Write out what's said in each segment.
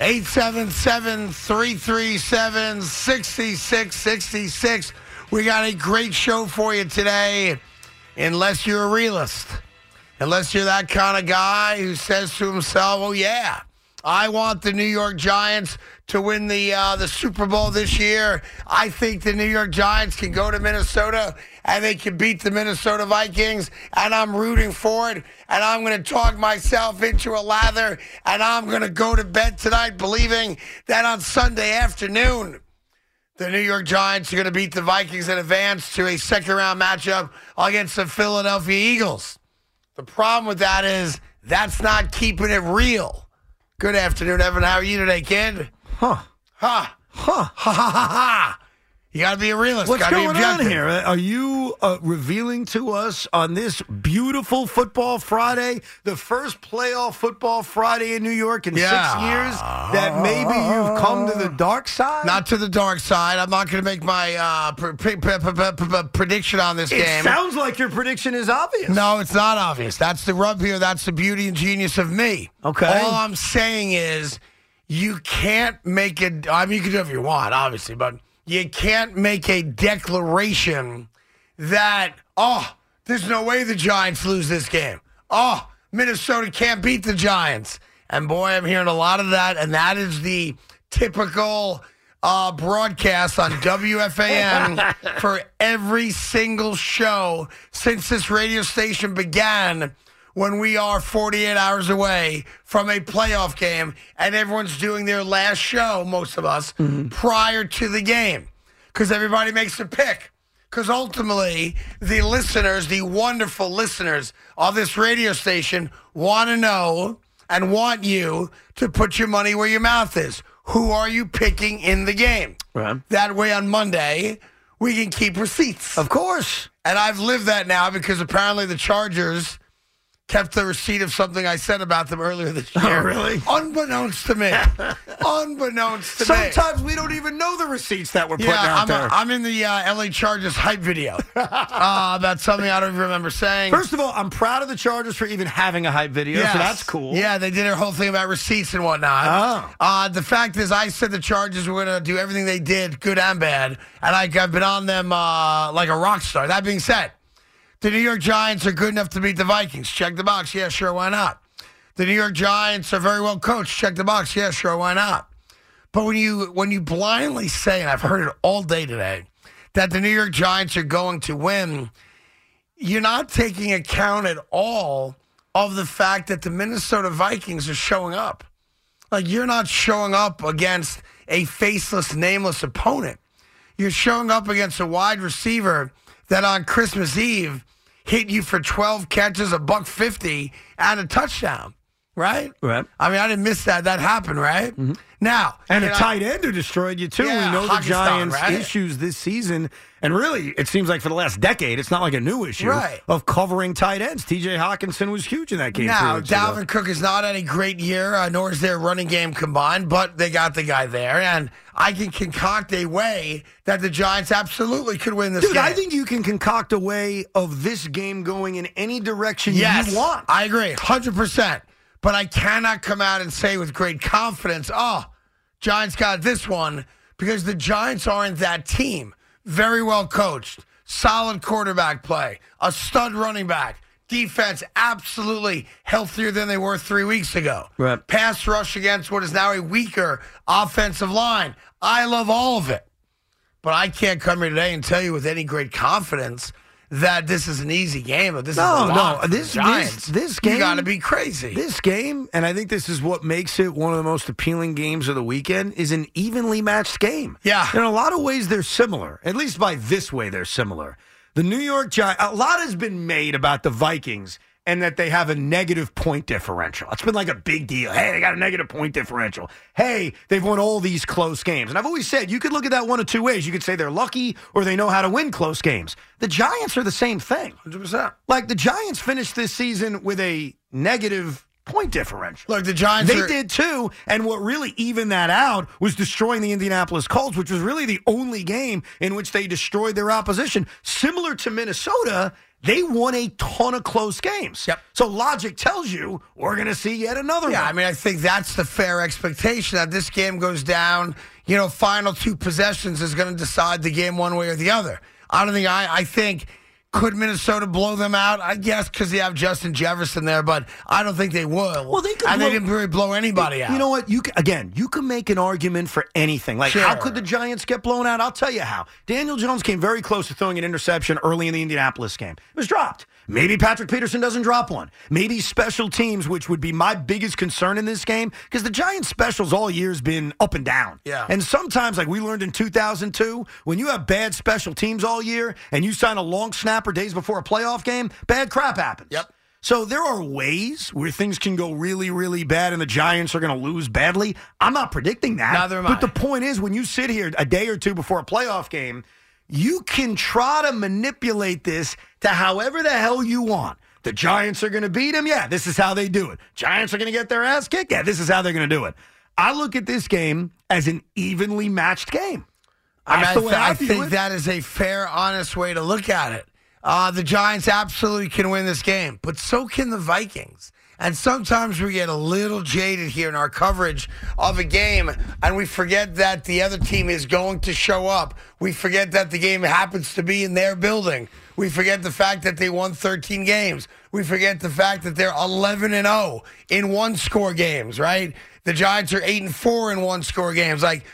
877 337 6666. We got a great show for you today, unless you're a realist. Unless you're that kind of guy who says to himself, oh, yeah, I want the New York Giants to win the, uh, the Super Bowl this year. I think the New York Giants can go to Minnesota and they can beat the Minnesota Vikings, and I'm rooting for it. And I'm going to talk myself into a lather, and I'm going to go to bed tonight believing that on Sunday afternoon, the New York Giants are going to beat the Vikings and advance to a second round matchup against the Philadelphia Eagles. The problem with that is that's not keeping it real. Good afternoon, Evan. How are you today, kid? Huh. Huh. Huh. Ha ha ha ha. You got to be a realist. What's gotta be going on objective. here? Are you uh, revealing to us on this beautiful football Friday, the first playoff football Friday in New York in six Yeah. years, that maybe you've come to the dark side? Not to the dark side. I'm not going to make my uh, pr- pr- pr- pr- pr- pr- pr- prediction on this It game. sounds like your prediction is obvious. No, it's not obvious. That's the rub here. That's the beauty and genius of me. Okay. All I'm saying is you can't make a I mean you can do whatever you want, obviously, but you can't make a declaration that, oh, there's no way the Giants lose this game. Oh, Minnesota can't beat the Giants. And boy, I'm hearing a lot of that, and that is the typical uh, broadcast on WFAN for every single show since this radio station began when we are 48 hours away from a playoff game and everyone's doing their last show, most of us, prior to the game. Because everybody makes a pick. Because ultimately, the listeners, the wonderful listeners of this radio station, want to know and want you to put your money where your mouth is. Who are you picking in the game? Right. That way on Monday, we can keep receipts. Of course. And I've lived that now because apparently the Chargers kept the receipt of something I said about them earlier this year. Oh, really? Unbeknownst to me. Unbeknownst to me. Sometimes we don't even know the receipts that we're putting yeah, out I'm, there. I'm in the uh, LA Chargers hype video uh, about something I don't even remember saying. First of all, I'm proud of the Chargers for even having a hype video, Yes. so that's cool. Yeah, they did their whole thing about receipts and whatnot. Oh. Uh, the fact is, I said the Chargers were going to do everything they did, good and bad, and I, I've been on them uh, like a rock star. That being said, the New York Giants are good enough to beat the Vikings. Check the box. Yeah, sure, why not? The New York Giants are very well coached. Check the box. Yeah, sure, why not? But when you when you blindly say, and I've heard it all day today, that the New York Giants are going to win you're not taking account at all of the fact that the Minnesota Vikings are showing up. Like you're not showing up against a faceless, nameless opponent. You're showing up against a wide receiver that on Christmas Eve hit you for 12 catches, a buck 50, and a touchdown, right? Right. Mm-hmm. I mean, I didn't miss that. That happened, right? Now, And a can I- tight end who destroyed you too. Yeah, we know the hockey style, Giants' right? issues this season, and really, it seems like for the last decade, it's not like a new issue Right. of covering tight ends. T.J. Hawkinson was huge in that game. Now, three weeks ago. Dalvin Cook is not had a great year, uh, nor is their running game combined, but they got the guy there. And I can concoct a way that the Giants absolutely could win this dude, game. I think you can concoct a way of this game going in any direction yes, you want. I agree, 100%. But I cannot come out and say with great confidence, oh, Giants got this one, because the Giants aren't that team. Very well coached, solid quarterback play, a stud running back. defense absolutely healthier than they were three weeks ago. Right. Pass rush against what is now a weaker offensive line. I love all of it. But I can't come here today and tell you with any great confidence that this is an easy game. That this No, is a no, lot for the this- this- Giants. this you game- got to be crazy. This game, and I think this is what makes it one of the most appealing games of the weekend, is an evenly matched game. Yeah. In a lot of ways, they're similar. At least by this way, they're similar. The New York Giants, a lot has been made about the Vikings and that they have a negative point differential. It's been like a big deal. Hey, they got a negative point differential. Hey, they've won all these close games. And I've always said you could look at that one of two ways. You could say they're lucky or they know how to win close games. The Giants are the same thing. 100%. Like the Giants finished this season with a negative point differential. Look, the Giants they are- did too, and what really evened that out was destroying the Indianapolis Colts, which was really the only game in which they destroyed their opposition. Similar to Minnesota, they won a ton of close games. Yep. So logic tells you we're going to see yet another Yeah, one. I mean, I think that's the fair expectation that this game goes down. You know, final two possessions is going to decide the game one way or the other. I don't think I. I think could Minnesota blow them out? I guess because they have Justin Jefferson there, but I don't think they will. Well, they could and they blow- didn't really blow anybody out. You know what? You ca- again, you can make an argument for anything. Like, how Sure. could the Giants get blown out? I'll tell you how. Daniel Jones came very close to throwing an interception early in the Indianapolis game. It was dropped. Maybe Patrick Peterson doesn't drop one. Maybe special teams, which would be my biggest concern in this game, because the Giants specials all year has been up and down. Yeah. And sometimes, like we learned in 2002, when you have bad special teams all year and you sign a long snapper days before a playoff game, bad crap happens. Yep. So there are ways where things can go really, really bad, and the Giants are going to lose badly. I'm not predicting that. Neither am but I. the point is, when you sit here a day or two before a playoff game, you can try to manipulate this to however the hell you want. The Giants are going to beat them. Yeah, this is how they do it. Giants are going to get their ass kicked. Yeah, this is how they're going to do it. I look at this game as an evenly matched game. I, mean, That's I the way th- I I view think it. that is a fair, honest way to look at it. Uh, the Giants absolutely can win this game, but so can the Vikings. And sometimes we get a little jaded here in our coverage of a game, and we forget that the other team is going to show up. We forget that the game happens to be in their building. We forget the fact that they won 13 games. We forget the fact that they're 11 and 0 in one score games, right? The Giants are 8 and 4 in one score games. Like,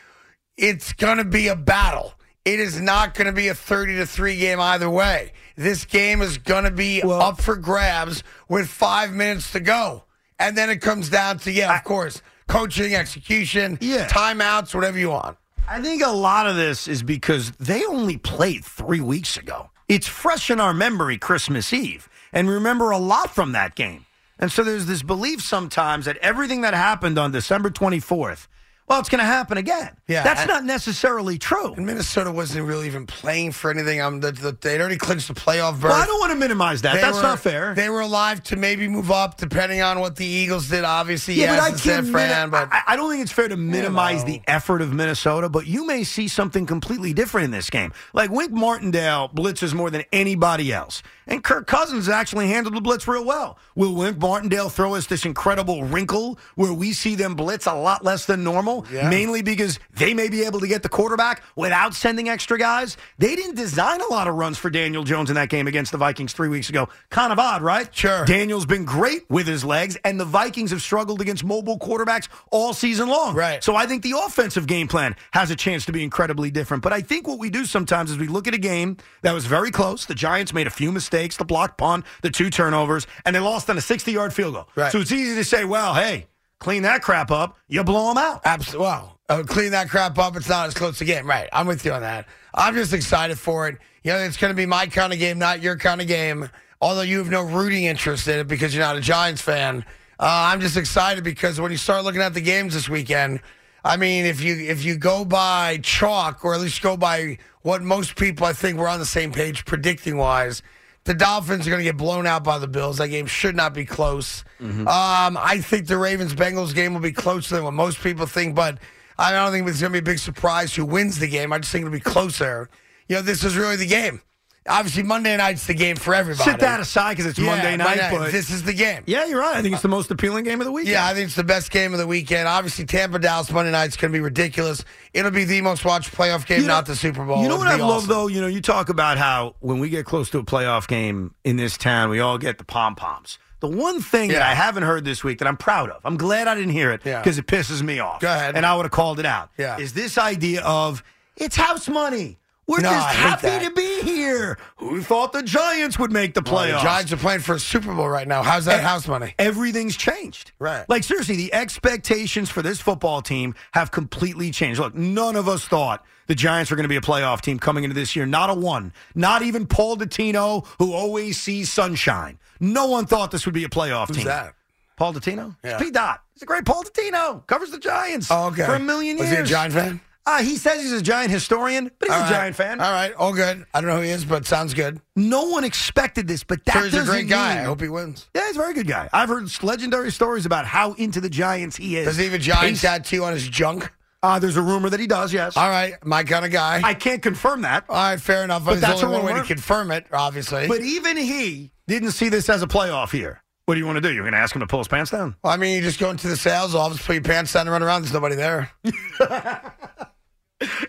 it's going to be a battle. It is not going to be a 30 to 3 game either way. This game is going to be up for grabs with 5 minutes to go. And then it comes down to yeah, of course, coaching, execution, Yeah. timeouts, whatever you want. I think a lot of this is because they only played three weeks ago. It's fresh in our memory Christmas Eve, and we remember a lot from that game. And so there's this belief sometimes that everything that happened on December 24th, well, it's going to happen again. Yeah, That's and- not necessarily true. And Minnesota wasn't really even playing for anything. Um, the, the, they'd already clinched the playoff berth. Well, I don't want to minimize that. They That's were- not fair. They were alive to maybe move up, depending on what the Eagles did. Obviously, yes, in San mini- Fran, but I, I don't think it's fair to minimize know. the effort of Minnesota, but you may see something completely different in this game. Like Wink Martindale blitzes more than anybody else, and Kirk Cousins actually handled the blitz real well. Will Wink Martindale throw us this incredible wrinkle where we see them blitz a lot less than normal, mainly because they may be able to get the quarterback without sending extra guys? They didn't design a lot of runs for Daniel Jones in that game against the Vikings three weeks ago. Kind of odd, right? Sure. Daniel's been great with his legs, and the Vikings have struggled against mobile quarterbacks all season long. Right. So I think the offensive game plan has a chance to be incredibly different. But I think what we do sometimes is we look at a game that was very close. The Giants made a few mistakes, the block punt, the two turnovers, and they lost on a 60 yard field goal. Right. So it's easy to say, well, hey, clean that crap up. You blow them out. Absolutely. Wow. Uh, clean that crap up. It's not as close to game. Right. I'm with you on that. I'm just excited for it. You know, it's going to be my kind of game, not your kind of game. Although you have no rooting interest in it because you're not a Giants fan. Uh, I'm just excited because when you start looking at the games this weekend, I mean, if you if you go by chalk or at least go by what most people I think were on the same page predicting wise, the Dolphins are going to get blown out by the Bills. That game should not be close. Mm-hmm. Um, I think the Ravens Bengals game will be closer than what most people think, but I don't think it's going to be a big surprise who wins the game. I just think it'll be closer. You know, this is really the game. obviously Monday night's the game for everybody. Sit that aside because it's Yeah, Monday night. But This is the game. yeah, you're right. I think it's the most appealing game of the week. Yeah, I think it's the best game of the weekend. Obviously, Tampa Dallas Monday night's going to be ridiculous. It'll be the most watched playoff game, not the Super Bowl. You know It'll what I be love awesome. though. You know, you talk about how when we get close to a playoff game in this town, we all get the pom poms. The one thing that Yeah. I haven't heard this week that I'm proud of, I'm glad I didn't hear it Yeah. because it pisses me off. Go ahead. And I would have called it out. Yeah. Is this idea of it's house money? We're No, just I hate happy that. to be here. Who thought the Giants would make the Well, playoffs? The Giants are playing for a Super Bowl right now. How's that E- house money? Everything's changed. Right. Like, seriously, the expectations for this football team have completely changed. Look, none of us thought the Giants were going to be a playoff team coming into this year. Not a one. Not even Paul Dottino, who always sees sunshine. No one thought this would be a playoff team. that? Paul Dottino? Yeah. It's P. Dot. He's a great Paul Dottino. Covers the Giants Oh, okay. for a million Was years. he a Giant fan? Uh, he says he's a Giant historian, but he's All a right. Giant fan. All right, all good. I don't know who he is, but sounds good. No one expected this, but that Sure, he's a doesn't great guy. I mean- hope he wins. yeah, he's a very good guy. I've heard legendary stories about how into the Giants he is. Does he have a giant He's- tattoo on his junk? Uh, there's a rumor that he does, yes. All right, my kind of guy. I can't confirm that. all right, fair enough. But There's that's only a one way to rumor. confirm it, obviously. But even he didn't see this as a playoff year. What do you want to do? You're going to ask him to pull his pants down? Well, I mean, you just go into the sales office, put your pants down, and run around. There's nobody there.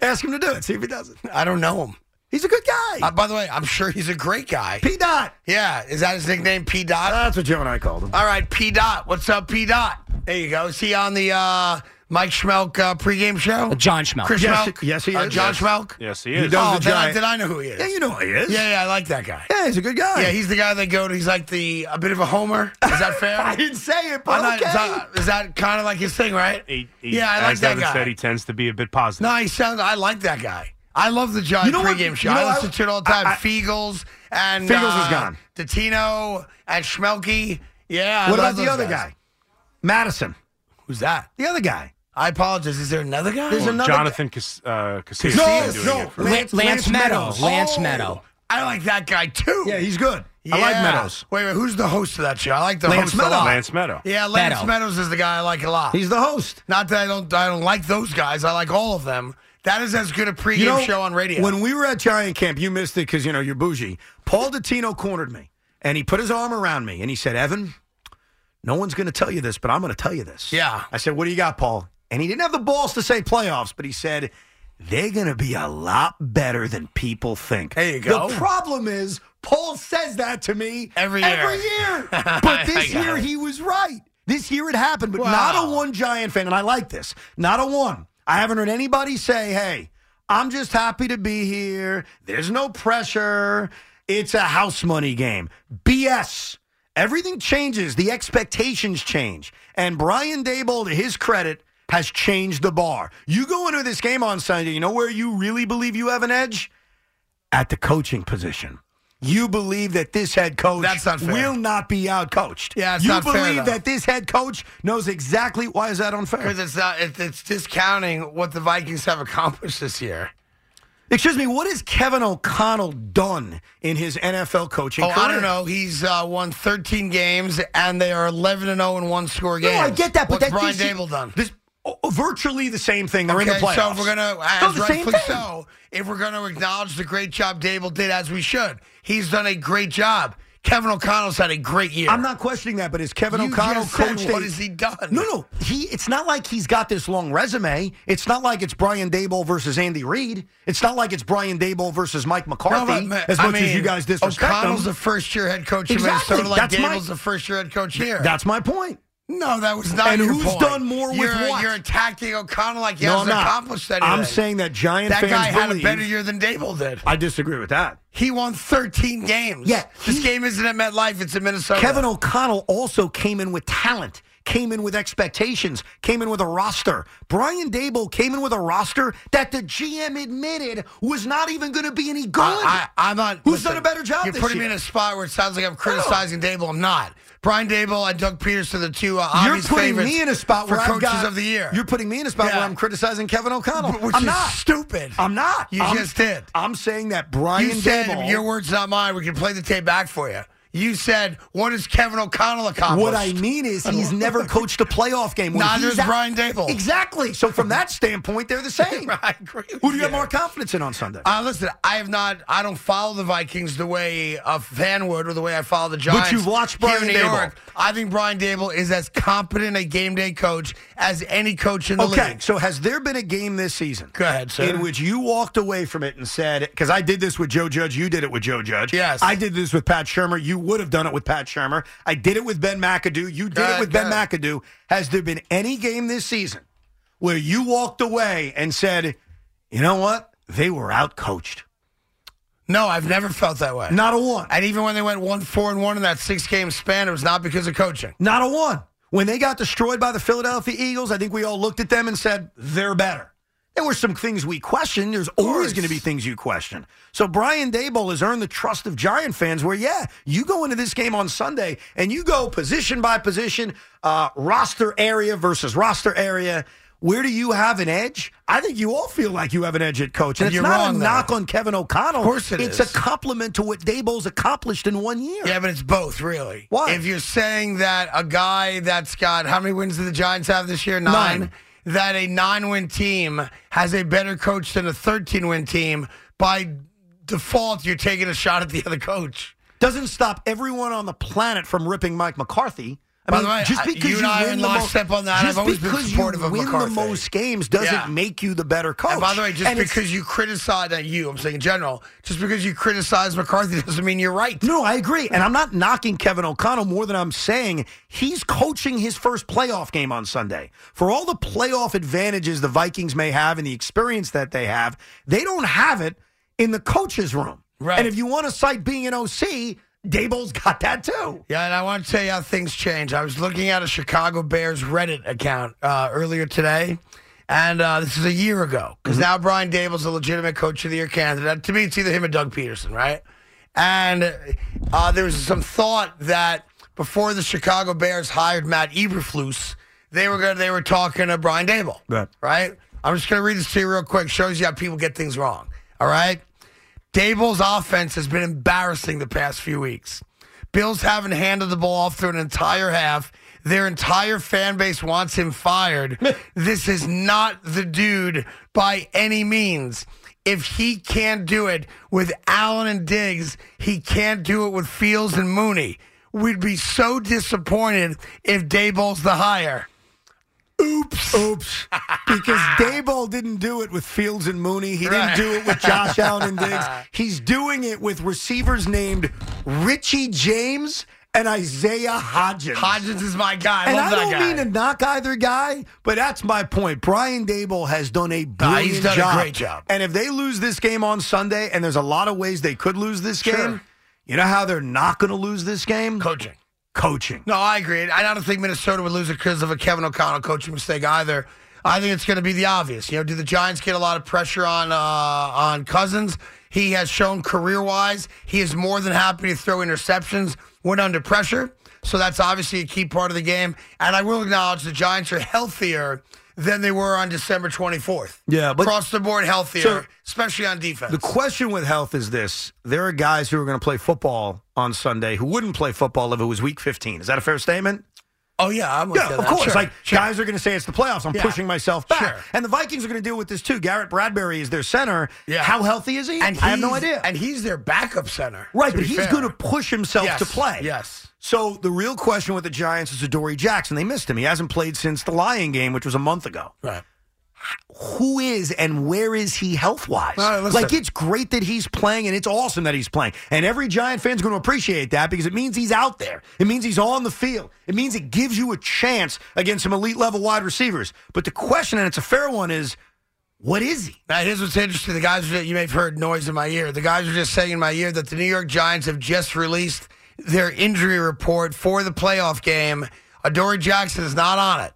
Ask him to do it. See if he does it. I don't know him. He's a good guy. Uh, by the way, I'm sure he's a great guy. P. Dot. yeah, is that his nickname, P. Dot? That's what Joe and I called him. All right, P. Dot. What's up, P. Dot? There you go. Is he on the uh, Mike Schmelk uh, pregame show? John Schmelk. Chris Yes, Schmelk? yes, he Uh, is. John Yes. Schmelk? Yes, he He is. does Oh, the then I, giant- then I know who he is. Yeah, you know who he is. yeah, yeah, I like that guy. Yeah, he's a good guy. Yeah, he's the guy they go to. He's like the a bit of a homer. Is that fair? I didn't say it, I'm but not- okay. is that, is that kind of like his thing, right? He, he, yeah, I like as that Evan guy. said, he tends to be a bit positive. no, he sounds. I like that guy. I love the Giant You know what- pregame show. you know, I I- listen to it all the time. I- I- Fegels and Fegels uh, is gone. Dottino and Schmelke. Yeah. I love what about the those other guys. guy? Madison. Who's that? The other guy. I apologize. Is there another guy? There's Well, another Oh, Jonathan Cas- uh, Casillas No, is doing no. it for- Lance- Lance Meadows. Lance Oh, Meadow. I like that guy too. Yeah, he's good. I like Yeah. Meadows. Wait, wait. Who's the host of that show? I like the Lance host Meadow. a lot. Lance Meadow. Yeah, Lance Meadow. Meadows is the guy I like a lot. He's the host. Not that I don't I don't like those guys. I like all of them. That is as good a pregame show on radio. When we were at Giant Camp, you missed it because you know you're bougie. Paul Dottino cornered me, and he put his arm around me, and he said, "Evan, no one's going to tell you this, but I'm going to tell you this." Yeah. I said, "What do you got, Paul?" And he didn't have the balls to say playoffs, but he said. They're going to be a lot better than people think. There you go. The problem is, Paul says that to me Every Every year. But this I got year, it. he was right. This year it happened, but Wow. not a one Giant fan, and I like this. Not a one. I haven't heard anybody say, hey, I'm just happy to be here. There's no pressure. It's a house money game. BS. Everything changes, the expectations change. And Brian Dable, to his credit, has changed the bar. You go into this game on Sunday, you know where you really believe you have an edge? At the coaching position. You believe that this head coach That's not fair. will not be out coached. Yeah, it's you not fair, believe though. that this head coach knows exactly why is that unfair? because it's not it, it's discounting what the Vikings have accomplished this year. Excuse me, what has Kevin O'Connell done in his NFL coaching Oh, career? I don't know. He's uh, won 13 games and they are 11 and 0 in one score No, games. I get that, but What's that Brian this- Dable done? This oh, virtually the same thing. They're in the playoffs. so if we're gonna, uh, as no, the same rightfully thing. so, if we're gonna acknowledge the great job Dable did, as we should, he's done a great job. Kevin O'Connell's had a great year. I'm not questioning that, but is Kevin You O'Connell just said, coached? what a- has he done? No, no, he. It's not like he's got this long resume. It's not like it's Brian Dable versus Andy Reid. It's not like it's Brian Dable versus Mike McCarthy. ma- as I much as mean, you guys disrespect O'Connell's them. a first year head coach Exactly. in Minnesota, like That's my- Dable's a first year head coach here. That's my point. no, that was not. And your who's point. done more with you're, what? You're attacking O'Connell like he no, I'm hasn't not. accomplished anything. I'm saying that Giant that fans guy had a believe- better year than Dable did. I disagree with that. He won 13 games. Yeah, this he- game isn't at MetLife; it's in Minnesota. Kevin O'Connell also came in with talent, came in with expectations, came in with a roster. Brian Dable came in with a roster that the GM admitted was not even going to be any good. I, I, am not. Who's listen, done a better job You're this putting year? me in a spot where it sounds like I'm criticizing Dable. I'm not. Brian Dable and Doug Peterson, the two uh, you're obvious putting favorites me in a spot for where I've coaches got- of the year. You're putting me in a spot Yeah. where I'm criticizing Kevin O'Connell, Which I'm is not stupid. I'm not. You I'm- just did. I'm saying that Brian You said Dable. your words, not mine. We can play the tape back for you. You said, what has Kevin O'Connell accomplished? What I mean is, he's never coached a playoff game. When Neither he's has Brian Dable. Exactly. So from that standpoint, they're the same. I agree with Who do you have you. more confidence in on Sunday? Uh, listen, I have not. I don't follow the Vikings the way a fan would, or the way I follow the Giants. you've watched here Brian in Dable. I think Brian Dable is as competent a game day coach as any coach in the okay, league. so has there been a game this season? Go ahead, sir. In which you walked away from it and said, because I did this with Joe Judge, you did it with Joe Judge. Yes. I did this with Pat Shermer, you would have done it with Pat Shermer. I did it with Ben McAdoo, you did Go it ahead, with go Ben ahead. McAdoo. Has there been any game this season where you walked away and said, you know what? They were out coached. No, I've never felt that way. Not a one. And even when they went one four and one in that six game span, it was not because of coaching. Not a one. When they got destroyed by the Philadelphia Eagles, I think we all looked at them and said, they're better. There were some things we questioned. There's always going to be things you question. So Brian Dable has earned the trust of Giant fans where, yeah, you go into this game on Sunday and you go position by position, uh, roster area versus roster area. Where do you have an edge? I think you all feel like you have an edge at coach. And it's You're not wrong a there. knock on Kevin O'Connell. Of course it it's is. a compliment to what Dable's accomplished in one year. Yeah, but it's both, really. Why? If you're saying that a guy that's got how many wins did the Giants have this year? Nine. Nine. That a nine win team has a better coach than a 13 win team, by default, you're taking a shot at the other coach. doesn't stop everyone on the planet from ripping Mike McCarthy. I By mean, the way, just I- because you you, and I are win in the most, lockstep on that. I've just always been because supportive you of win McCarthy. the most games doesn't Yeah. make you the better coach. And by the way, just And it's- because you criticize that you, I'm saying in general, just because you criticize McCarthy doesn't mean you're right. no, I agree, and I'm not knocking Kevin O'Connell more than I'm saying he's coaching his first playoff game on Sunday. For all the playoff advantages the Vikings may have and the experience that they have, they don't have it in the coaches' room. Right. And if you want to cite being an OC, Dable's got that too. Yeah, and I want to tell you how things change. I was looking at a Chicago Bears Reddit account uh, earlier today, and uh, this is a year ago because now Brian Dable's a legitimate coach of the year candidate. To me, it's either him or Doug Peterson, right? And uh, there was some thought that before the Chicago Bears hired Matt Eberflus, they were gonna, they were talking to Brian Dable, Right. Right. I'm just gonna read this to you real quick. Shows you how people get things wrong. All right. Dable's offense has been embarrassing the past few weeks. Bills haven't handed the ball off through an entire half. Their entire fan base wants him fired. this is not the dude by any means. If he can't do it with Allen and Diggs, he can't do it with Fields and Mooney. We'd be so disappointed if Dable's the hire. Oops. Oops. Because Dayball didn't do it with Fields and Mooney. He Right. didn't do it with Josh Allen and Diggs. He's doing it with receivers named Richie James and Isaiah Hodgins. Hodgins is my guy. I and love I that don't guy. mean to knock either guy, but that's my point. Brian Dable has done a Nah, brilliant he's done a job. great job. And if they lose this game on Sunday, and there's a lot of ways they could lose this Sure. game, you know how they're not going to lose this game? coaching. Coaching. No, I agree. I don't think Minnesota would lose it because of a Kevin O'Connell coaching mistake either. I think it's going to be the obvious. You know, do the Giants get a lot of pressure on uh, on Cousins? He has shown career wise he is more than happy to throw interceptions when under pressure. So that's obviously a key part of the game. And I will acknowledge the Giants are healthier than they were on December 24th. Yeah, but- across the board healthier, So- especially on defense. The question with health is this: there are guys who are going to play football on Sunday who wouldn't play football if it was Week 15. Is that a fair statement? oh yeah, I'm with you on of that. course. Sure, like sure. guys are going to say it's the playoffs. I'm Yeah. pushing myself back, Sure. and the Vikings are going to deal with this too. Garrett Bradbury is their center. Yeah. How healthy is he? and I have no he's- idea. And he's their backup center, right, to but be he's fair. going to push himself Yes, to play. yes. So the real question with the Giants is Adoree Jackson. They missed him. He hasn't played since the Lion game, which was a month ago. Right. who is and where is he health wise? All right, listen. like it's great that he's playing and it's awesome that he's playing. And every Giant fan's going to appreciate that because it means he's out there. It means he's on the field. It means it gives you a chance against some elite level wide receivers. But the question, and it's a fair one, is what is he? Now, here's what's interesting. The guys, were- you may have heard noise in my ear. The guys are just saying in my ear that the New York Giants have just released their injury report for the playoff game. Adoree Jackson is not on it.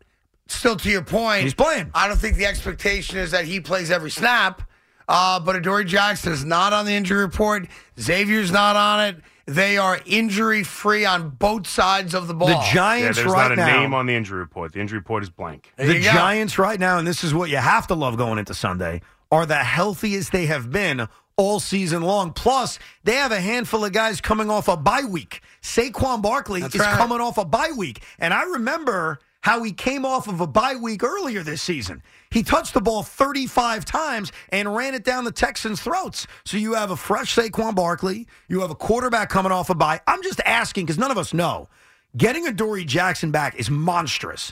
Still, to your point, He's playing. I don't think the expectation is that he plays every snap, uh, but Adoree Jackson is not on the injury report. Xavier's not on it. They are injury free on both sides of the ball. The Yeah, Giants there's right not a now. name on the injury report. The injury report is blank. There the you go. Giants right now, and this is what you have to love going into Sunday, are the healthiest they have been all season long. Plus, they have a handful of guys coming off a bye week. Saquon Barkley That's is right. coming off a bye week. And I remember how he came off of a bye week earlier this season. He touched the ball 35 times and ran it down the Texans' throats. So you have a fresh Saquon Barkley. You have a quarterback coming off a bye. I'm just asking because none of us know. Getting a Dory Jackson back is monstrous.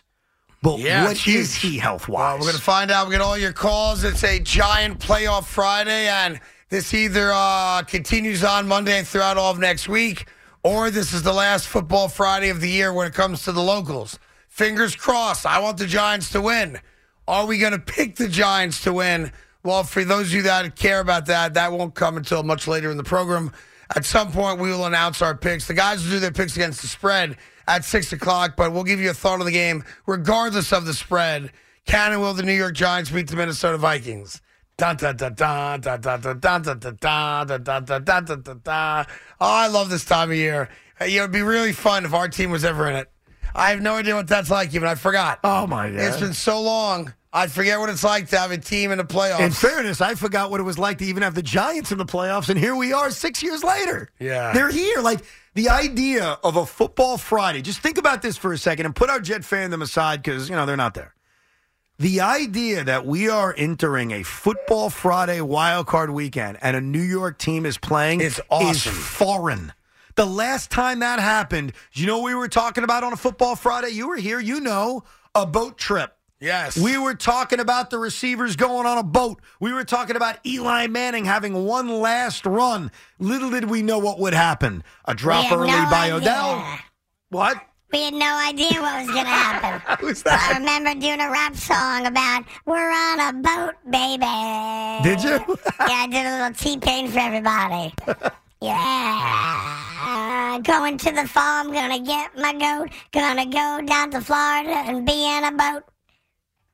But Yeah, what it's huge. is he health Well, wise? we're going to find out. We get all your calls. It's a giant playoff Friday, and this either uh, continues on Monday and throughout all of next week, or this is the last football Friday of the year when it comes to the locals. Fingers crossed. I want the Giants to win. Are we going to pick the Giants to win? Well, for those of you that care about that, that won't come until much later in the program. At some point, we will announce our picks. The guys will do their picks against the spread at 6 o'clock, but we'll give you a thought of the game regardless of the spread. Can and will the New York Giants beat the Minnesota Vikings? Dun, dun, dun, dun, dun, dun, dun, dun, dun, dun, dun, dun, dun, dun, dun, dun, dun, dun. Oh, I love this time of year. Uh, You know, it'd be really fun if our team was ever in it. I have no idea what that's like, even I forgot. Oh, my God. It's been so long. I forget what it's like to have a team in the playoffs. In fairness, I forgot what it was like to even have the Giants in the playoffs, and here we are six years later. Yeah. They're here. Like the idea of a football Friday, just think about this for a second and put our Jet fandom aside because, you know, they're not there. The idea that we are entering a football Friday wild card weekend and a New York team is playing It's awesome. is foreign. The last time that happened, you know what we were talking about on a football Friday? You were here, you know, a boat trip. yes. We were talking about the receivers going on a boat. We were talking about Eli Manning having one last run. Little did we know what would happen. A drop had early no by idea. Odell. What? We had no idea what was going to happen. Who's I remember doing a rap song about "We're on a boat, baby." Did you? yeah, I did a little T Pain for everybody. Yeah, going to the farm, gonna get my goat, gonna go down to Florida and be in a boat.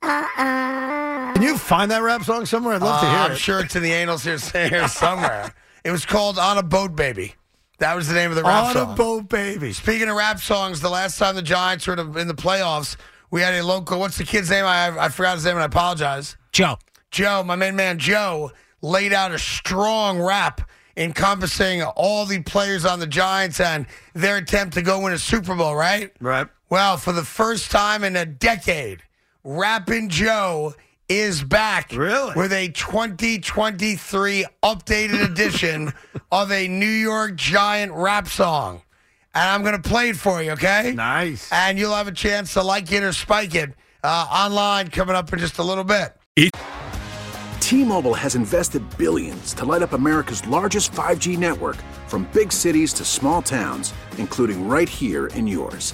Uh uh Can you find that rap song somewhere? I'd love Uh, to I'm hear it. sure it's in the annals here, here somewhere. it was called On a Boat Baby. That was the name of the rap On song. a boat, baby. Speaking of rap songs, the last time the Giants were in the- in the playoffs, we had a local. What's the kid's name? I, I forgot his name, and I apologize. Joe. Joe, my main man Joe, laid out a strong rap encompassing all the players on the Giants and their attempt to go win a Super Bowl, right? Right. Well, for the first time in a decade, Rappin' Joe is back. Really? With a 2023 updated edition of a New York Giant rap song. And I'm going to play it for you, okay? Nice. And you'll have a chance to like it or spike it uh, online coming up in just a little bit. T-Mobile has invested billions to light up America's largest 5G network from big cities to small towns, including right here in yours.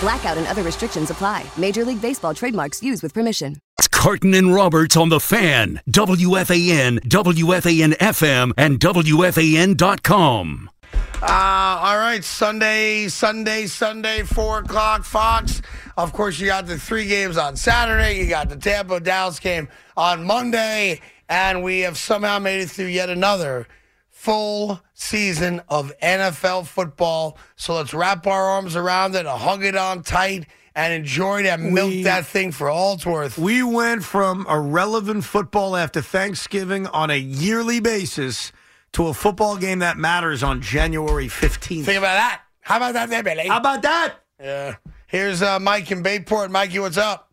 Blackout and other restrictions apply. Major League Baseball trademarks used with permission. It's Carton and Roberts on the fan, WFAN, WFAN FM, and WFAN.com. Uh, all right, Sunday, Sunday, Sunday, four o'clock, Fox. Of course, you got the three games on Saturday. You got the Tampa Dallas game on Monday, and we have somehow made it through yet another full season of NFL football. So let's wrap our arms around it, hug it on tight, and enjoy it and milk We- that thing for all it's worth. We went from irrelevant football after Thanksgiving on a yearly basis to a football game that matters on January 15th. Think about that. How about that, there, Billy? How about that? Yeah. Here's uh, Mike in Bayport. Mikey, what's up?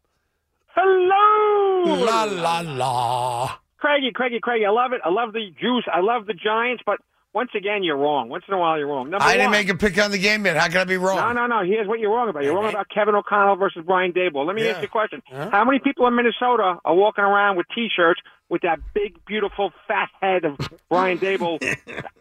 Hello. La la la. Craigie, Craigie, Craigie. I love it. I love the juice. I love the Giants, but once again, you're wrong. Once in a while, you're wrong. Number I didn't one. make a pick on the game yet. How can I be wrong? no, no, no. Here's what you're wrong about. You're wrong about Kevin O'Connell versus Brian Dable. Let me Yeah. ask you a question. How many people in Minnesota are walking around with T-shirts with that big, beautiful, fat head of Brian Dable.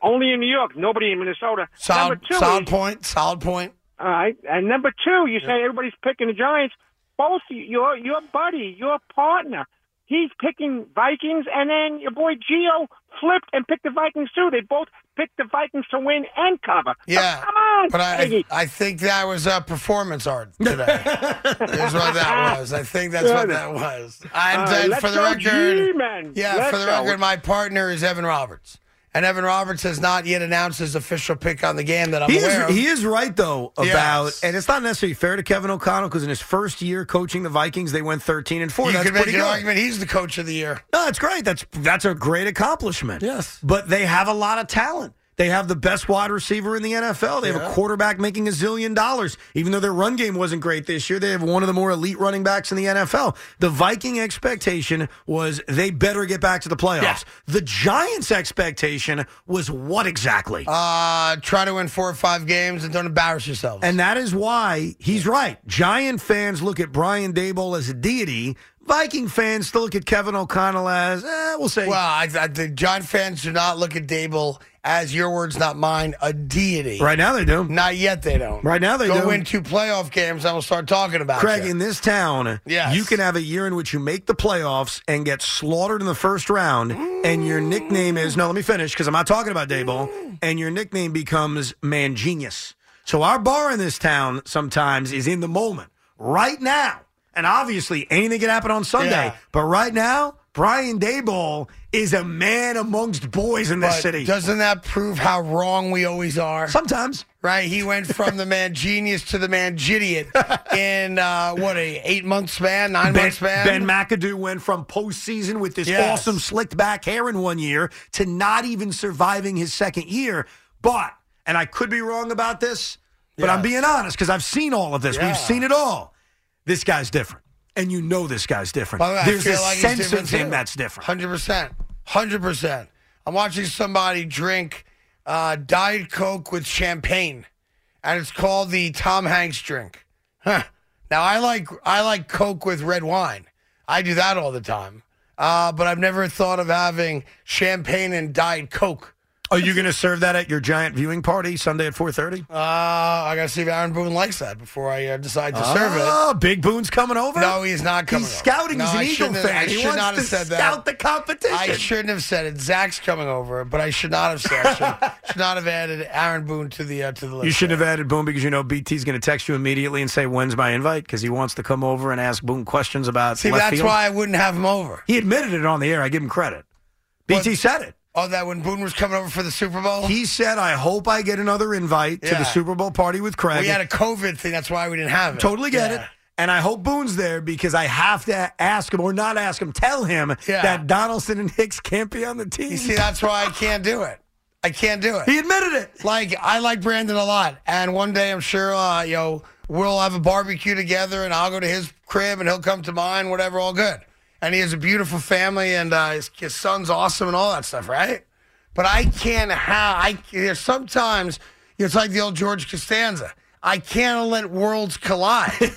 Only in New York, nobody in Minnesota. Solid, number two solid is- point. Solid point. all right, and number two, you say everybody's picking the Giants. Both you- your your buddy, your partner, he's picking Vikings, and then your boy Geo flipped and picked the Vikings too. They both picked the Vikings to win and cover. Yeah. come on, But I, Peggy. I think that was uh, performance art today. That's what that was. I think that's what that was. And All uh, right, let's for the go record, G-Men. yeah, Let's for the go. record, my partner is Evan Roberts, and Evan Roberts has not yet announced his official pick on the game that I'm He aware is, of. he is right though about, Yes. and it's not necessarily fair to Kevin O'Connell because in his first year coaching the Vikings, they went thirteen and four. you That's could make an pretty good. argument he's the coach of the year. No, that's great. That's that's a great accomplishment. Yes. But they have a lot of talent. They have the best wide receiver in the NFL. They have Yeah. a quarterback making a zillion dollars. Even though their run game wasn't great this year, they have one of the more elite running backs in the NFL. The Viking expectation was they better get back to the playoffs. Yeah. The Giants expectation was what exactly? Uh, try to win four or five games and don't embarrass yourselves. And that is why he's right. Giant fans look at Brian Dable as a deity. Viking fans still look at Kevin O'Connell as, eh, we'll say. well, I, I, the Giant fans do not look at Dable as your words, not mine, a deity. right now they do. Not yet, they don't. Right now they Go do. win two playoff games, and we'll start talking about Craig, you. in this town, Yes. you can have a year in which you make the playoffs and get slaughtered in the first round, and your nickname is no. Let me finish because I'm not talking about Dayball, Mm. and your nickname becomes Man Genius. So our bar in this town sometimes is in the moment, right now, and obviously anything can happen on Sunday. Yeah. But right now, Brian Dayball is a man amongst boys in this But city. Doesn't that prove how wrong we always are? sometimes. Right? He went from the man genius to the man idiot in uh, what a eight month span, nine Ben, month span. ben McAdoo went from postseason with this Yes. awesome slicked back hair in one year to not even surviving his second year. But, and I could be wrong about this, but I'm Yes. being honest because I've seen all of this. Yeah. We've seen it all. This guy's different. And you know this guy's different. By the way, I There's feel a like he's sense different of him too. that's different. Hundred percent, hundred percent. I'm watching somebody drink uh, diet coke with champagne, and it's called the Tom Hanks drink. Huh. Now I like I like coke with red wine. I do that all the time, uh, but I've never thought of having champagne and diet coke. Are you going to serve that at your giant viewing party Sunday at 4.30? Uh, I gotta see if Aaron Boone likes that before I uh, decide to serve it. Oh, Big Boone's coming over? No, he's not coming. He's over. scouting. No, he's an I Eagle shouldn't have- fan. I he should wants not have to said that. scout the competition. I shouldn't have said it. Zach's coming over, but I should not have said. I should, should not have added Aaron Boone to the uh, to the list. You shouldn't have added Boone because you know BT's going to text you immediately and say, "When's my invite?" Because he wants to come over and ask Boone questions about. See, left that's field. why I wouldn't have him over. he admitted it on the air. I give him credit. BT said it. Oh, that when Boone was coming over for the Super Bowl, He said, "I hope I get another invite to Yeah. the Super Bowl party with Craig." we had a COVID thing. That's why we didn't have it. totally get it. Yeah. And I hope Boone's there because I have to ask him or not ask him, tell him Yeah. that Donaldson and Hicks can't be on the team. You see, that's why I can't do it. I can't do it. he admitted it. Like I like Brandon a lot, and one day I'm sure, uh, you know, we'll have a barbecue together, and I'll go to his crib, and he'll come to mine. Whatever, all good. And he has a beautiful family, and uh, his, his son's awesome, and all that stuff, right? But I can't have. I there's sometimes it's like the old George Costanza. I can't let worlds collide.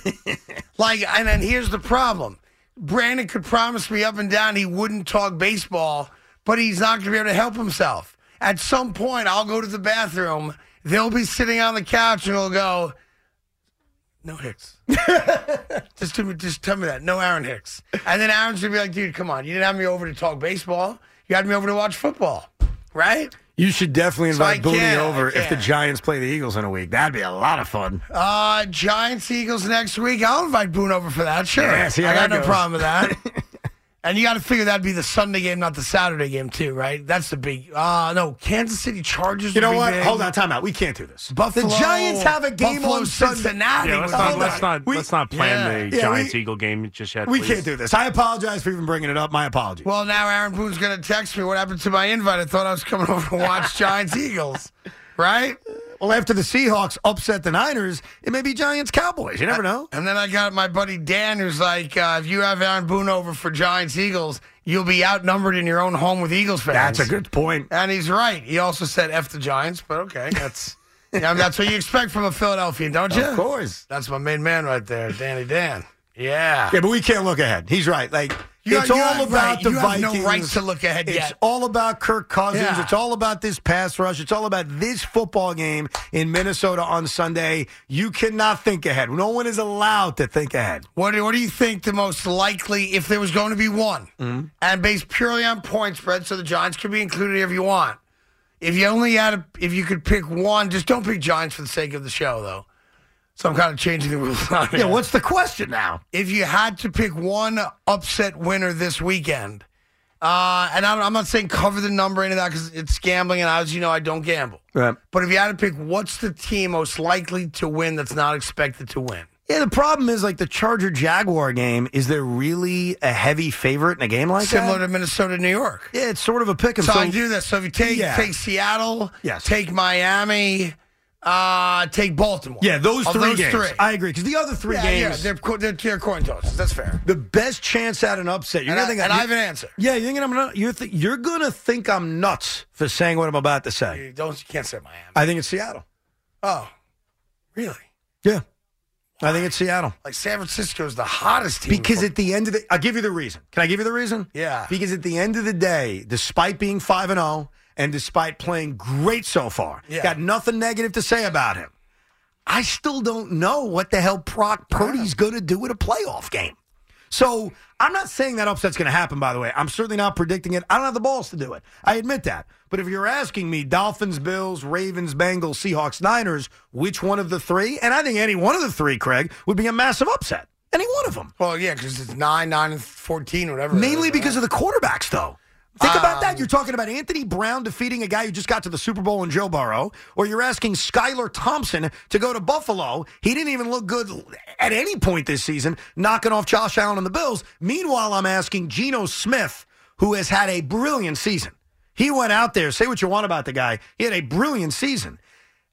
Like, and then here's the problem: Brandon could promise me up and down he wouldn't talk baseball, but he's not going to be able to help himself. At some point, I'll go to the bathroom. They'll be sitting on the couch and he'll go, "No Hicks." just, do me, just tell me that. No Aaron Hicks. And then Aaron's gonna be like, "Dude, come on! You didn't have me over to talk baseball. You had me over to watch football, right?" You should definitely So I invite Boone can't, I over if the can't. Giants play the Eagles in a week. That'd be a lot of fun. Uh, Giants Eagles next week. I'll invite Boone over for that. Sure. Yeah, see how I got that no goes. problem with that. and you got to figure that'd be the Sunday game, not the Saturday game, too, right? That's the big. Uh, no, Kansas City Chargers. You know would be what? big. Hold on, time out. We can't do this. Buffalo- the Giants have a game Buffalo, on Sunday. Cincinnati. Yeah, let's Hold not on. let's not, We- let's not plan Yeah. the Yeah, we- Giants Eagle game just yet. We please. can't do this. I apologize for even bringing it up. My apologies. Well, now Aaron Boone's going to text me. What happened to my invite? I thought I was coming over to watch Giants Eagles, right? Well, after the Seahawks upset the Niners, it may be Giants Cowboys. You never know. And then I got my buddy Dan, who's like, uh, if you have Aaron Boone over for Giants Eagles, you'll be outnumbered in your own home with Eagles fans. That's a good point. And he's right. He also said F the Giants, but okay. That's yeah, I mean, that's what you expect from a Philadelphian, don't you? Of course. That's my main man right there, Danny Dan. Yeah. Yeah, but we can't look ahead. He's right. Like You it's have- you all have- about right, the you have no Vikings. right to look ahead It's yet. all about Kirk Cousins. Yeah. It's all about this pass rush. It's all about this football game in Minnesota on Sunday. You cannot think ahead. No one is allowed to think ahead. What, do- what do you think the most likely, if there was going to be one, Mm-hmm. and based purely on point spread, so the Giants could be included if you want. If you only had, a, if you could pick one, just don't pick Giants for the sake of the show, though. So I'm kind of changing the rules. On Yeah, it. what's the question now? If you had to pick one upset winner this weekend, uh, and I don't, I'm not saying cover the number any of that because it's gambling, and as you know, I don't gamble. Right. But if you had to pick, what's the team most likely to win that's not expected to win? Yeah, the problem is like the Charger Jaguar game. Is there really a heavy favorite in a game like Similar that? to Minnesota, New York. yeah, it's sort of a pick 'em. So, I do this. So if you take Yeah. take Seattle, Yes. take Miami, uh, take Baltimore. Yeah, those Of three those games. Three. I agree because the other three yeah, yeah, games, they're, co- they're, they're coin tosses. That's fair. the best chance at an upset. You're And, gonna I, think and I- I have an answer. Yeah, you're gonna, I'm gonna- you're, th- you're gonna think I'm nuts for saying what I'm about to say. You don't you can't say Miami. I think it's Seattle. Oh, really? Yeah, I think it's Seattle Like San Francisco is the hottest team because at the end of the, I'll give you the reason. Can I give you the reason? Yeah. Because at the end of the day, despite being five and zero and despite playing great so far, Yeah. got nothing negative to say about him. I still don't know what the hell Brock Purdy's going to do at a playoff game. So I'm not saying that upset's going to happen, by the way. I'm certainly not predicting it. I don't have the balls to do it. I admit that. But if you're asking me, Dolphins, Bills, Ravens, Bengals, Seahawks, Niners, which one of the three? And I think any one of the three, Craig, would be a massive upset. Any one of them. well, yeah, because it's nine, nine, and fourteen, whatever. Mainly because of the quarterbacks, though. Think about that. You're talking about Anthony Brown defeating a guy who just got to the Super Bowl in Joe Burrow, or you're asking Skylar Thompson to go to Buffalo. He didn't even look good at any point this season, knocking off Josh Allen and the Bills. Meanwhile, I'm asking Geno Smith, who has had a brilliant season. He went out there, say what you want about the guy. He had a brilliant season.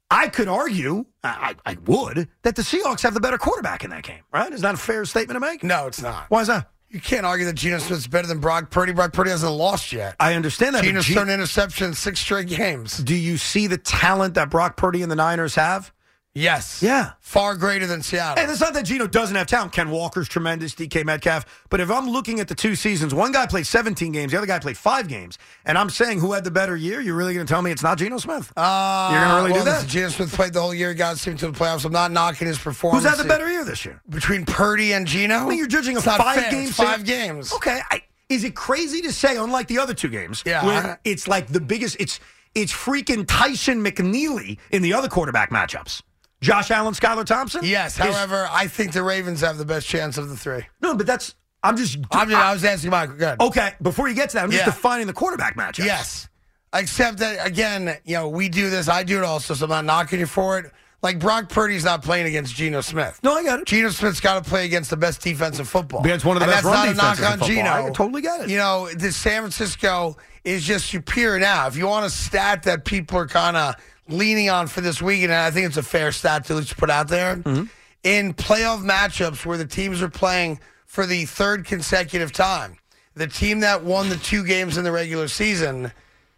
I could argue, I, I I would, that the Seahawks have the better quarterback in that game, right? Is that a fair statement to make? no, it's not. Why is that? You can't argue that Geno Smith's better than Brock Purdy. Brock Purdy hasn't lost yet. I understand that. but Geno's Ge- thrown interception six straight games. Do you see the talent that Brock Purdy and the Niners have? Yes. Yeah. Far greater than Seattle. And it's not that Geno doesn't have talent. Ken Walker's tremendous, DK Metcalf. But if I'm looking at the two seasons, one guy played 17 games, the other guy played five games, and I'm saying who had the better year, you're really going to tell me it's not Geno Smith? Ah, Uh, You're gonna really do well, that? listen, Geno Smith played the whole year. He got his team to the playoffs. I'm not knocking his performance. Who's had the better year this year? between Purdy and Geno? I mean, you're judging a It's not fair. It's five game Five games. Okay. I, is it crazy to say, unlike the other two games, Yeah. where it's like the biggest, it's it's freaking Tyson McNeely in the other quarterback matchups? Josh Allen, Skylar Thompson? Yes. Is- However, I think the Ravens have the best chance of the three. No, but that's. I'm just. I'm just, I was asking Michael. Good. okay, before you get to that, I'm just Yeah. defining the quarterback matchup. Yes. Except that again, you know, we do this. I do it also. So I'm not knocking you for it. Like Brock Purdy's not playing against Geno Smith. No, I got it. Geno Smith's got to play against the best defense in football. Against one of the and best that's not run a knock defenses on in football. Geno. I totally get it. You know, this San Francisco is just superior now. If you want a stat that people are kind of leaning on for this weekend, and I think it's a fair stat to at least put out there, Mm-hmm. in playoff matchups where the teams are playing for the third consecutive time, the team that won the two games in the regular season,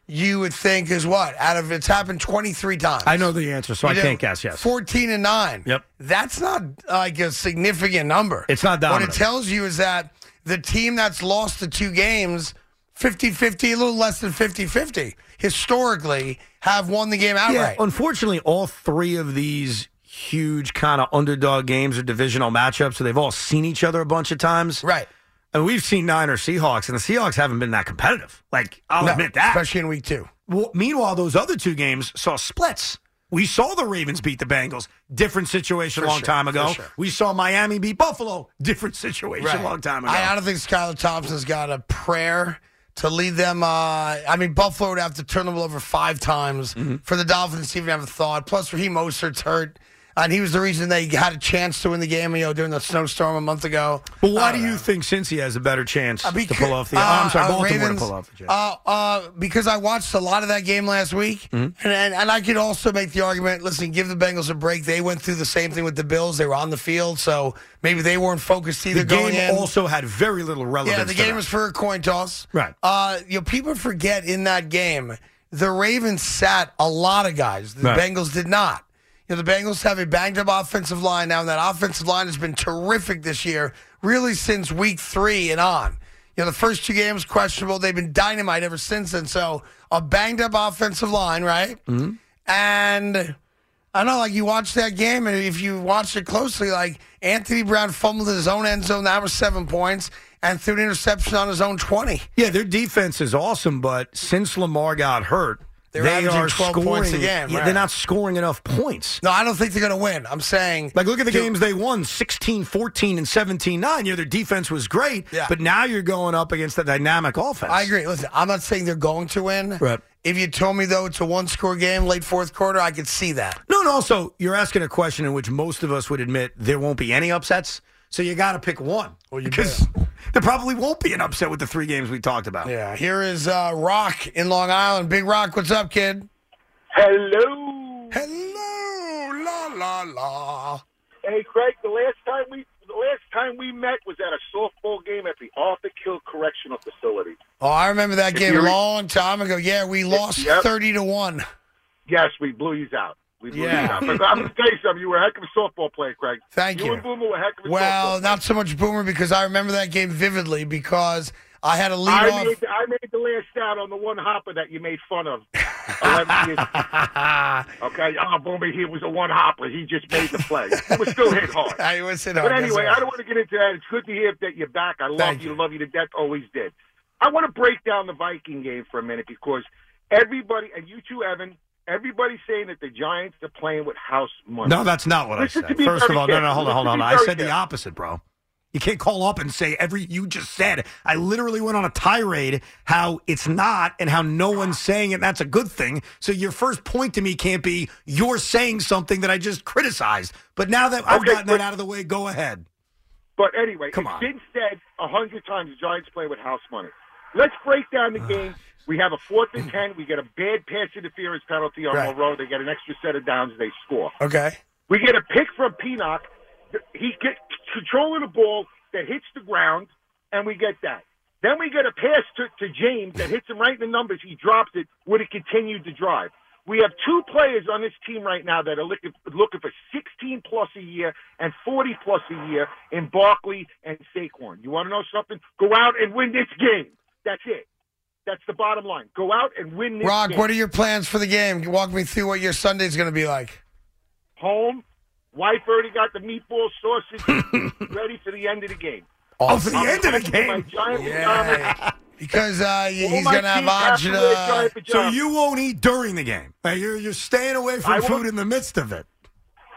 you would think is what? Out of it's happened 23 times. I know the answer, so I You can't know, guess. Yes. 14 and 9. Yep. That's not like a significant number. It's not dominant. What it tells you is that the team that's lost the two games 50-50, a little less than 50-50, historically have won the game yeah. outright. Unfortunately, all three of these huge kind of underdog games are divisional matchups, so they've all seen each other a bunch of times. right. And we've seen Niner Seahawks, and the Seahawks haven't been that competitive. Like, I'll No, admit that. Especially in week 2. Well, meanwhile, those other two games saw splits. We saw the Ravens beat the Bengals, different situation a For long sure, time for ago. sure. We saw Miami beat Buffalo, different situation a long time ago. I, I don't think Skylar Thompson's got a prayer to lead them. Uh, I mean, Buffalo would have to turn them over five times Mm-hmm. for the Dolphins to even have a thought. Plus, Raheem Mostert's hurt. And he was the reason they had a chance to win the game, you know, during the snowstorm a month ago. But why I do don't you know. think Cincy has a better chance Uh, to becau- pull off the? uh, oh, I'm sorry, uh, Baltimore Ravens, to pull off the chance. Uh, uh, because I watched a lot of that game last week, Mm-hmm. and, and and I could also make the argument. Listen, give the Bengals a break. They went through the same thing with the Bills. They were on the field, so maybe they weren't focused either. the game going in. also had very little relevance. Yeah, the to game that. was for a coin toss. Right. Uh, you know, people forget in that game, the Ravens sat a lot of guys. The Right. Bengals did not. You know, the Bengals have a banged up offensive line now, and that offensive line has been terrific this year, really since week three and on. You You know, the first two games questionable. They've been dynamite ever since then. So a banged up offensive line, right? Mhm. And I know, like you watch that game, and if you watch it closely, like Anthony Brown fumbled in his own end zone. That was seven points, and threw an interception on his own twenty. Yeah, their defense is awesome, but since Lamar got hurt, They're they averaging are 12 scoring. points a game, yeah, right. They're not scoring enough points. No, I don't think they're going to win. I'm saying, Like, look at the Dude. games they won 16 14 and 17 9. Yeah, their defense was great, Yeah. but now you're going up against a dynamic offense. I agree. Listen, I'm not saying they're going to win. Right. If you told me though it's a one score game, late fourth quarter, I could see that. No, and also, you're asking a question in which most of us would admit there won't be any upsets. So you got to pick one. Well, you because there probably won't be an upset with the three games we talked about. Yeah. Here is uh, Rock in Long Island. Big Rock, what's up, kid? Hello. Hello. La la la. Hey, Craig. The last time we the last time we met was at a softball game at the Arthur Kill Correctional Facility. Oh, I remember that If game a you're- long time ago. Yeah, we lost Yep. thirty to one. Yes, we blew you out. We blew Yeah. you out. But I'm gonna tell you something. You were a heck of a softball player, Craig. Thank you. and Boomer were a heck of a Well, softball. not so much Boomer because I remember that game vividly because I had a lead I off. made, I made the last out on the one hopper that you made fun of. 11 years. okay, oh, Boomer, he was a one hopper. He just made the play. It was still hit hard. I was hit But hard, that's anyway, right. I don't want to get into that. It's good to hear that you're back. I love Thank you. Love you to death. Always did. I want to break down the Viking game for a minute because everybody, and you too, Evan, everybody's saying that the Giants are playing with house money. No, that's not what Listen I to said. me First of very all, no, no, carefully. hold on, hold Listen on. to me I very said the carefully. opposite, bro. You can't call up and say every you just said. I literally went on a tirade how it's not and how no one's saying it. And that's a good thing. So your first point to me can't be you're saying something that I just criticized. But now that I've Okay, gotten but- that out of the way, go ahead. But anyway, Come it's on. been said a hundred times the Giants play with house money. Let's break down the game. We have a fourth and ten. We get a bad pass interference penalty on Right. Monroe. They get an extra set of downs. They score. Okay. We get a pick from Peacock. He get controlling the ball that hits the ground, and we get that. Then we get a pass to, to James that hits him right in the numbers. He drops it. Would it continue to drive? We have two players on this team right now that are looking, looking for 16 plus a year and 40 plus a year in Barkley and Saquon. You want to know something? Go out and win this game. That's it. That's the bottom line. Go out and win this Rock, game. what are your plans for the game? Walk me through what your Sunday's going to be like. home. Wife already got the meatball sausage ready for the end of the game. Oh, for the I'm end of the hoping game. My giant pajamas- Because uh, he's um, my going to have team have to wear agita. giant So pajamas. you won't eat during the game. Like, You're you're staying away I from won't- food in the midst of it.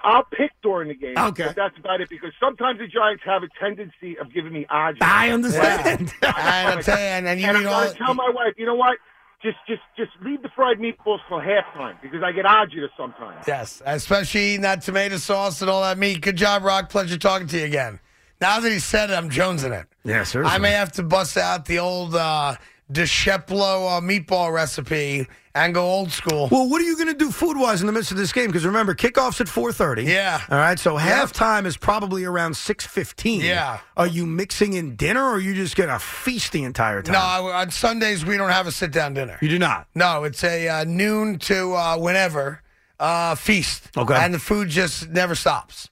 I'll pick during the game. Okay. But that's about it because sometimes the Giants have a tendency of giving me agita. I understand. And I'm saying, and you and eat I'm all. going to tell my wife, you know what? Just, just, just leave the fried meatballs till halftime because I get agita sometimes. Yes, especially eating that tomato sauce and all that meat. Good job, Rock. Pleasure talking to you again. Now that he said it, I'm jonesing it. Yeah, I may have to bust out the old uh, DiSheplo uh, meatball recipe and go old school. Well, what are you going to do food wise in the midst of this game? Because remember, kickoffs at four thirty. Yeah. All right. So Yep. halftime is probably around six fifteen. Yeah. Are you mixing in dinner, or are you just going to feast the entire time? No, I- on Sundays we don't have a sit down dinner. you do not. No, it's a uh, noon to uh, whenever uh, feast. Okay. And the food just never stops.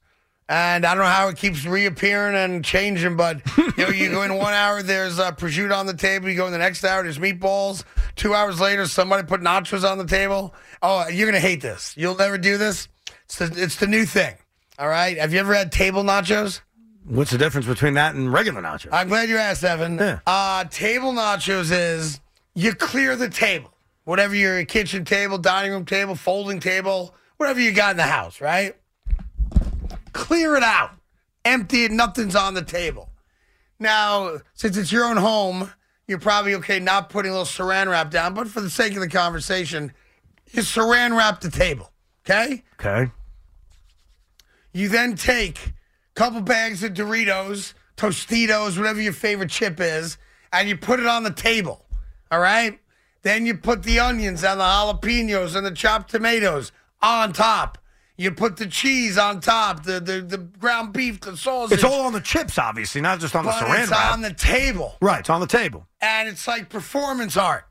And I don't know how it keeps reappearing and changing, but you know, you go in one hour, there's uh, prosciutto on the table. You go in the next hour, there's meatballs. Two hours later, somebody put nachos on the table. Oh, you're gonna hate this. You'll never do this. It's the, it's the new thing. All right. Have you ever had table nachos? What's the difference between that and regular nachos? I'm glad you asked, Evan. Yeah. Uh, table nachos is you clear the table, whatever your kitchen table, dining room table, folding table, whatever you got in the house, right? Clear it out, empty it, nothing's on the table. Now, since it's your own home, you're probably okay not putting a little saran wrap down, but for the sake of the conversation, you saran wrap the table, okay? okay. You then take a couple bags of Doritos, Tostitos, whatever your favorite chip is, and you put it on the table. All right? Then you put the onions and the jalapenos and the chopped tomatoes on top. You put the cheese on top, the the, the ground beef, the sausage. It's all on the chips, obviously, not just on the but saran it's wrap. on the table. right. It's on the table. And it's like performance art.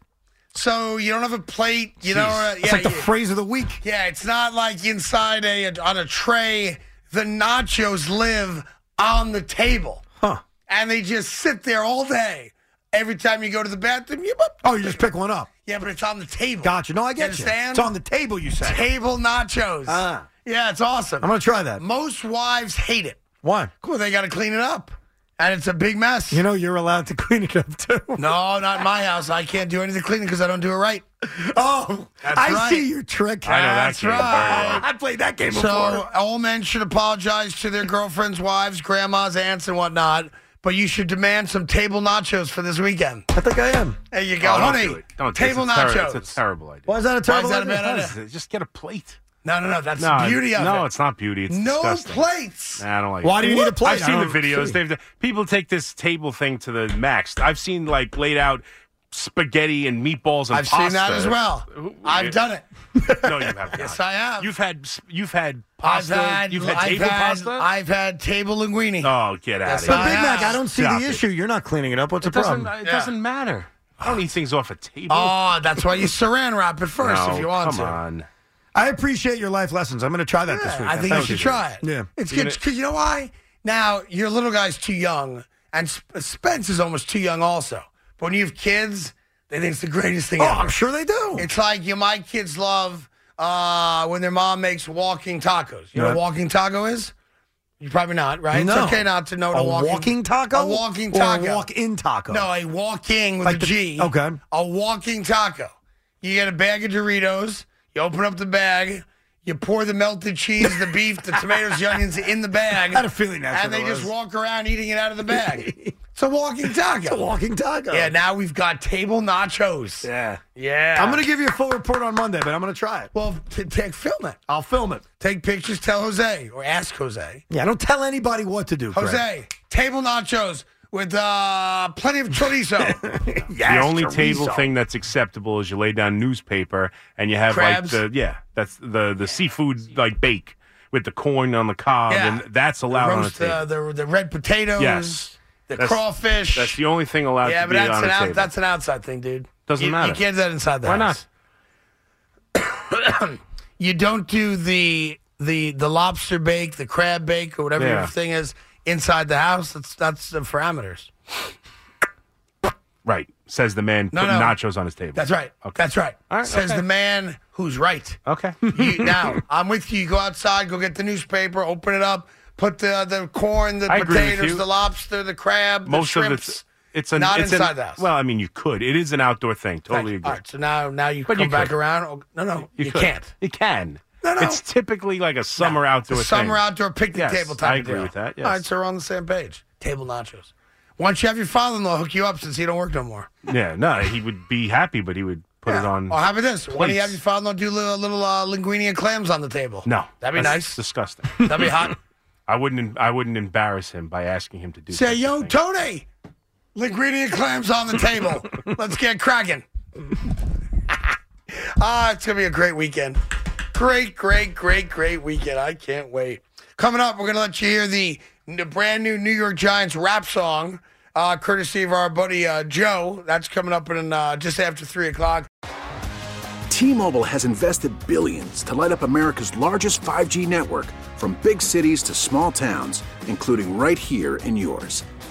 So you don't have a plate, you know. Jeez. uh, it's like the you- phrase of the week. yeah, it's not like inside a on a tray. The nachos live on the table, Huh. and they just sit there all day. Every time you go to the bathroom, you oh, you just pick one up. Yeah, but it's on the table. Gotcha. No, I get you. understand? It's on the table. You say Table nachos. Ah. Yeah, it's awesome. I'm gonna try that. Most wives hate it. Why? Cool, they got to clean it up. And it's a big mess. You know you're allowed to clean it up too. No, not in my house. I can't do anything cleaning because I don't do it right. Oh, That's I right. see your trick. I know that That's game very right. well. I played that game before. So all men should apologize to their girlfriends, wives, grandmas, aunts, and whatnot. But you should demand some table nachos for this weekend. I think I am. There you go, Oh, don't honey. do it. Don't. table it's a terri- nachos. It's a terrible idea. Why is that a terrible that a idea? bad idea? It's- Just get a plate. no, no, no. That's No, the beauty of no, it. it's not beauty. It's no disgusting. plates. Nah, I don't like. Why do you need a plate? I've seen I Oh, the don't videos. see. They've people take this table thing to the max. I've seen like laid out spaghetti and meatballs and I've seen that pasta. as well. Who- I've done it. No, you have. Yes, not. I have. You've had s- you've had I've pasta. had. you've had I've table had, pasta. I've had table linguine. oh, get out Yes, of But here. I Big Mac, have. I don't see Stop the it. issue. You're not cleaning it up. What's It the problem? doesn't. It Yeah. doesn't matter. I don't eat things off a table. Oh, that's why you saran wrap it first No, if you want come to. on. I appreciate your life lessons. I'm going to try that this Yeah, week. I think you Thank should try it. Yeah. it's good because you know why. Now your little guy's too young, and Sp- Spence is almost too young also. But when you have kids, they think it's the greatest thing Oh, ever. I'm sure they do. It's like you, my kids love uh, when their mom makes walking tacos. You know what Yeah. a walking taco is? You probably not, right? No. It's okay not to know what a walking taco? A walking Or taco. a walk-in taco. No, a walking with Like a the- G. okay. A walking taco. You get a bag of Doritos. You open up the bag. You pour the melted cheese, the beef, the tomatoes, the onions in the bag. I had a feeling that's And what they it just was. walk around eating it out of the bag. it's a walking taco. It's a walking taco. Yeah, now we've got table nachos. Yeah. Yeah. I'm going to give you a full report on Monday, but I'm going to try it. Well, t- take film it. I'll film it. Take pictures. Tell Jose or ask Jose. Yeah, don't tell anybody what to do. Craig. Jose, table nachos with uh, plenty of chorizo. The only table thing that's acceptable is you lay down newspaper and you have Crabs? like the yeah, that's the the seafood like bake with the corn on the cob Yeah. and that's allowed Roast on a uh, table. the the red potatoes. Yes. The That's- crawfish. that's the only thing allowed yeah, to but be that's on an a out, table. that's an outside thing, dude. Doesn't You- matter. You can't do that inside the Why house. not? You don't do the the the lobster bake, the crab bake, or whatever Yeah. your thing is inside the house. That's that's the parameters. Right, says the man No, putting no. nachos on his table. That's right. Okay. That's right. All right, Says okay. the man who's right. Okay. You, now I'm with you. Go outside, go get the newspaper, open it up, put the the corn, the I agree with potatoes, you. the lobster, the crab, Most the of shrimps. it's it's an, not it's inside an, the house. Well, I mean, you could. It is an outdoor thing. Right. Totally agree. All right, so now now you But come you back could. around. Oh, No, no, you, could. can't. You can. No, no. It's typically like a summer outdoor The summer thing. outdoor picnic Yes, table type I of agree deal. with that, yes. All right, so we're on the same page. Table nachos. Why don't you have your father-in-law hook you up since he don't work no more? Yeah, no, he would be happy, but he would put it Yeah. Oh, on. Or how about this? Why don't you have plates. your father-in-law do little, little uh, linguine and clams on the table? No, that'd be that's nice. Disgusting. That'd be hot. I wouldn't. I wouldn't embarrass him by asking him to do. Say, such a yo, thing. Tony, linguine and clams on the table. Let's get cracking. ah, it's gonna be a great weekend. Great, great, great, great weekend. I can't wait. Coming up, we're gonna let you hear the, n- brand new New York Giants rap song, uh, courtesy of our buddy uh, Joe. That's coming up in uh, just after three o'clock. T-Mobile has invested billions to light up America's largest 5G network from big cities to small towns, including right here in yours.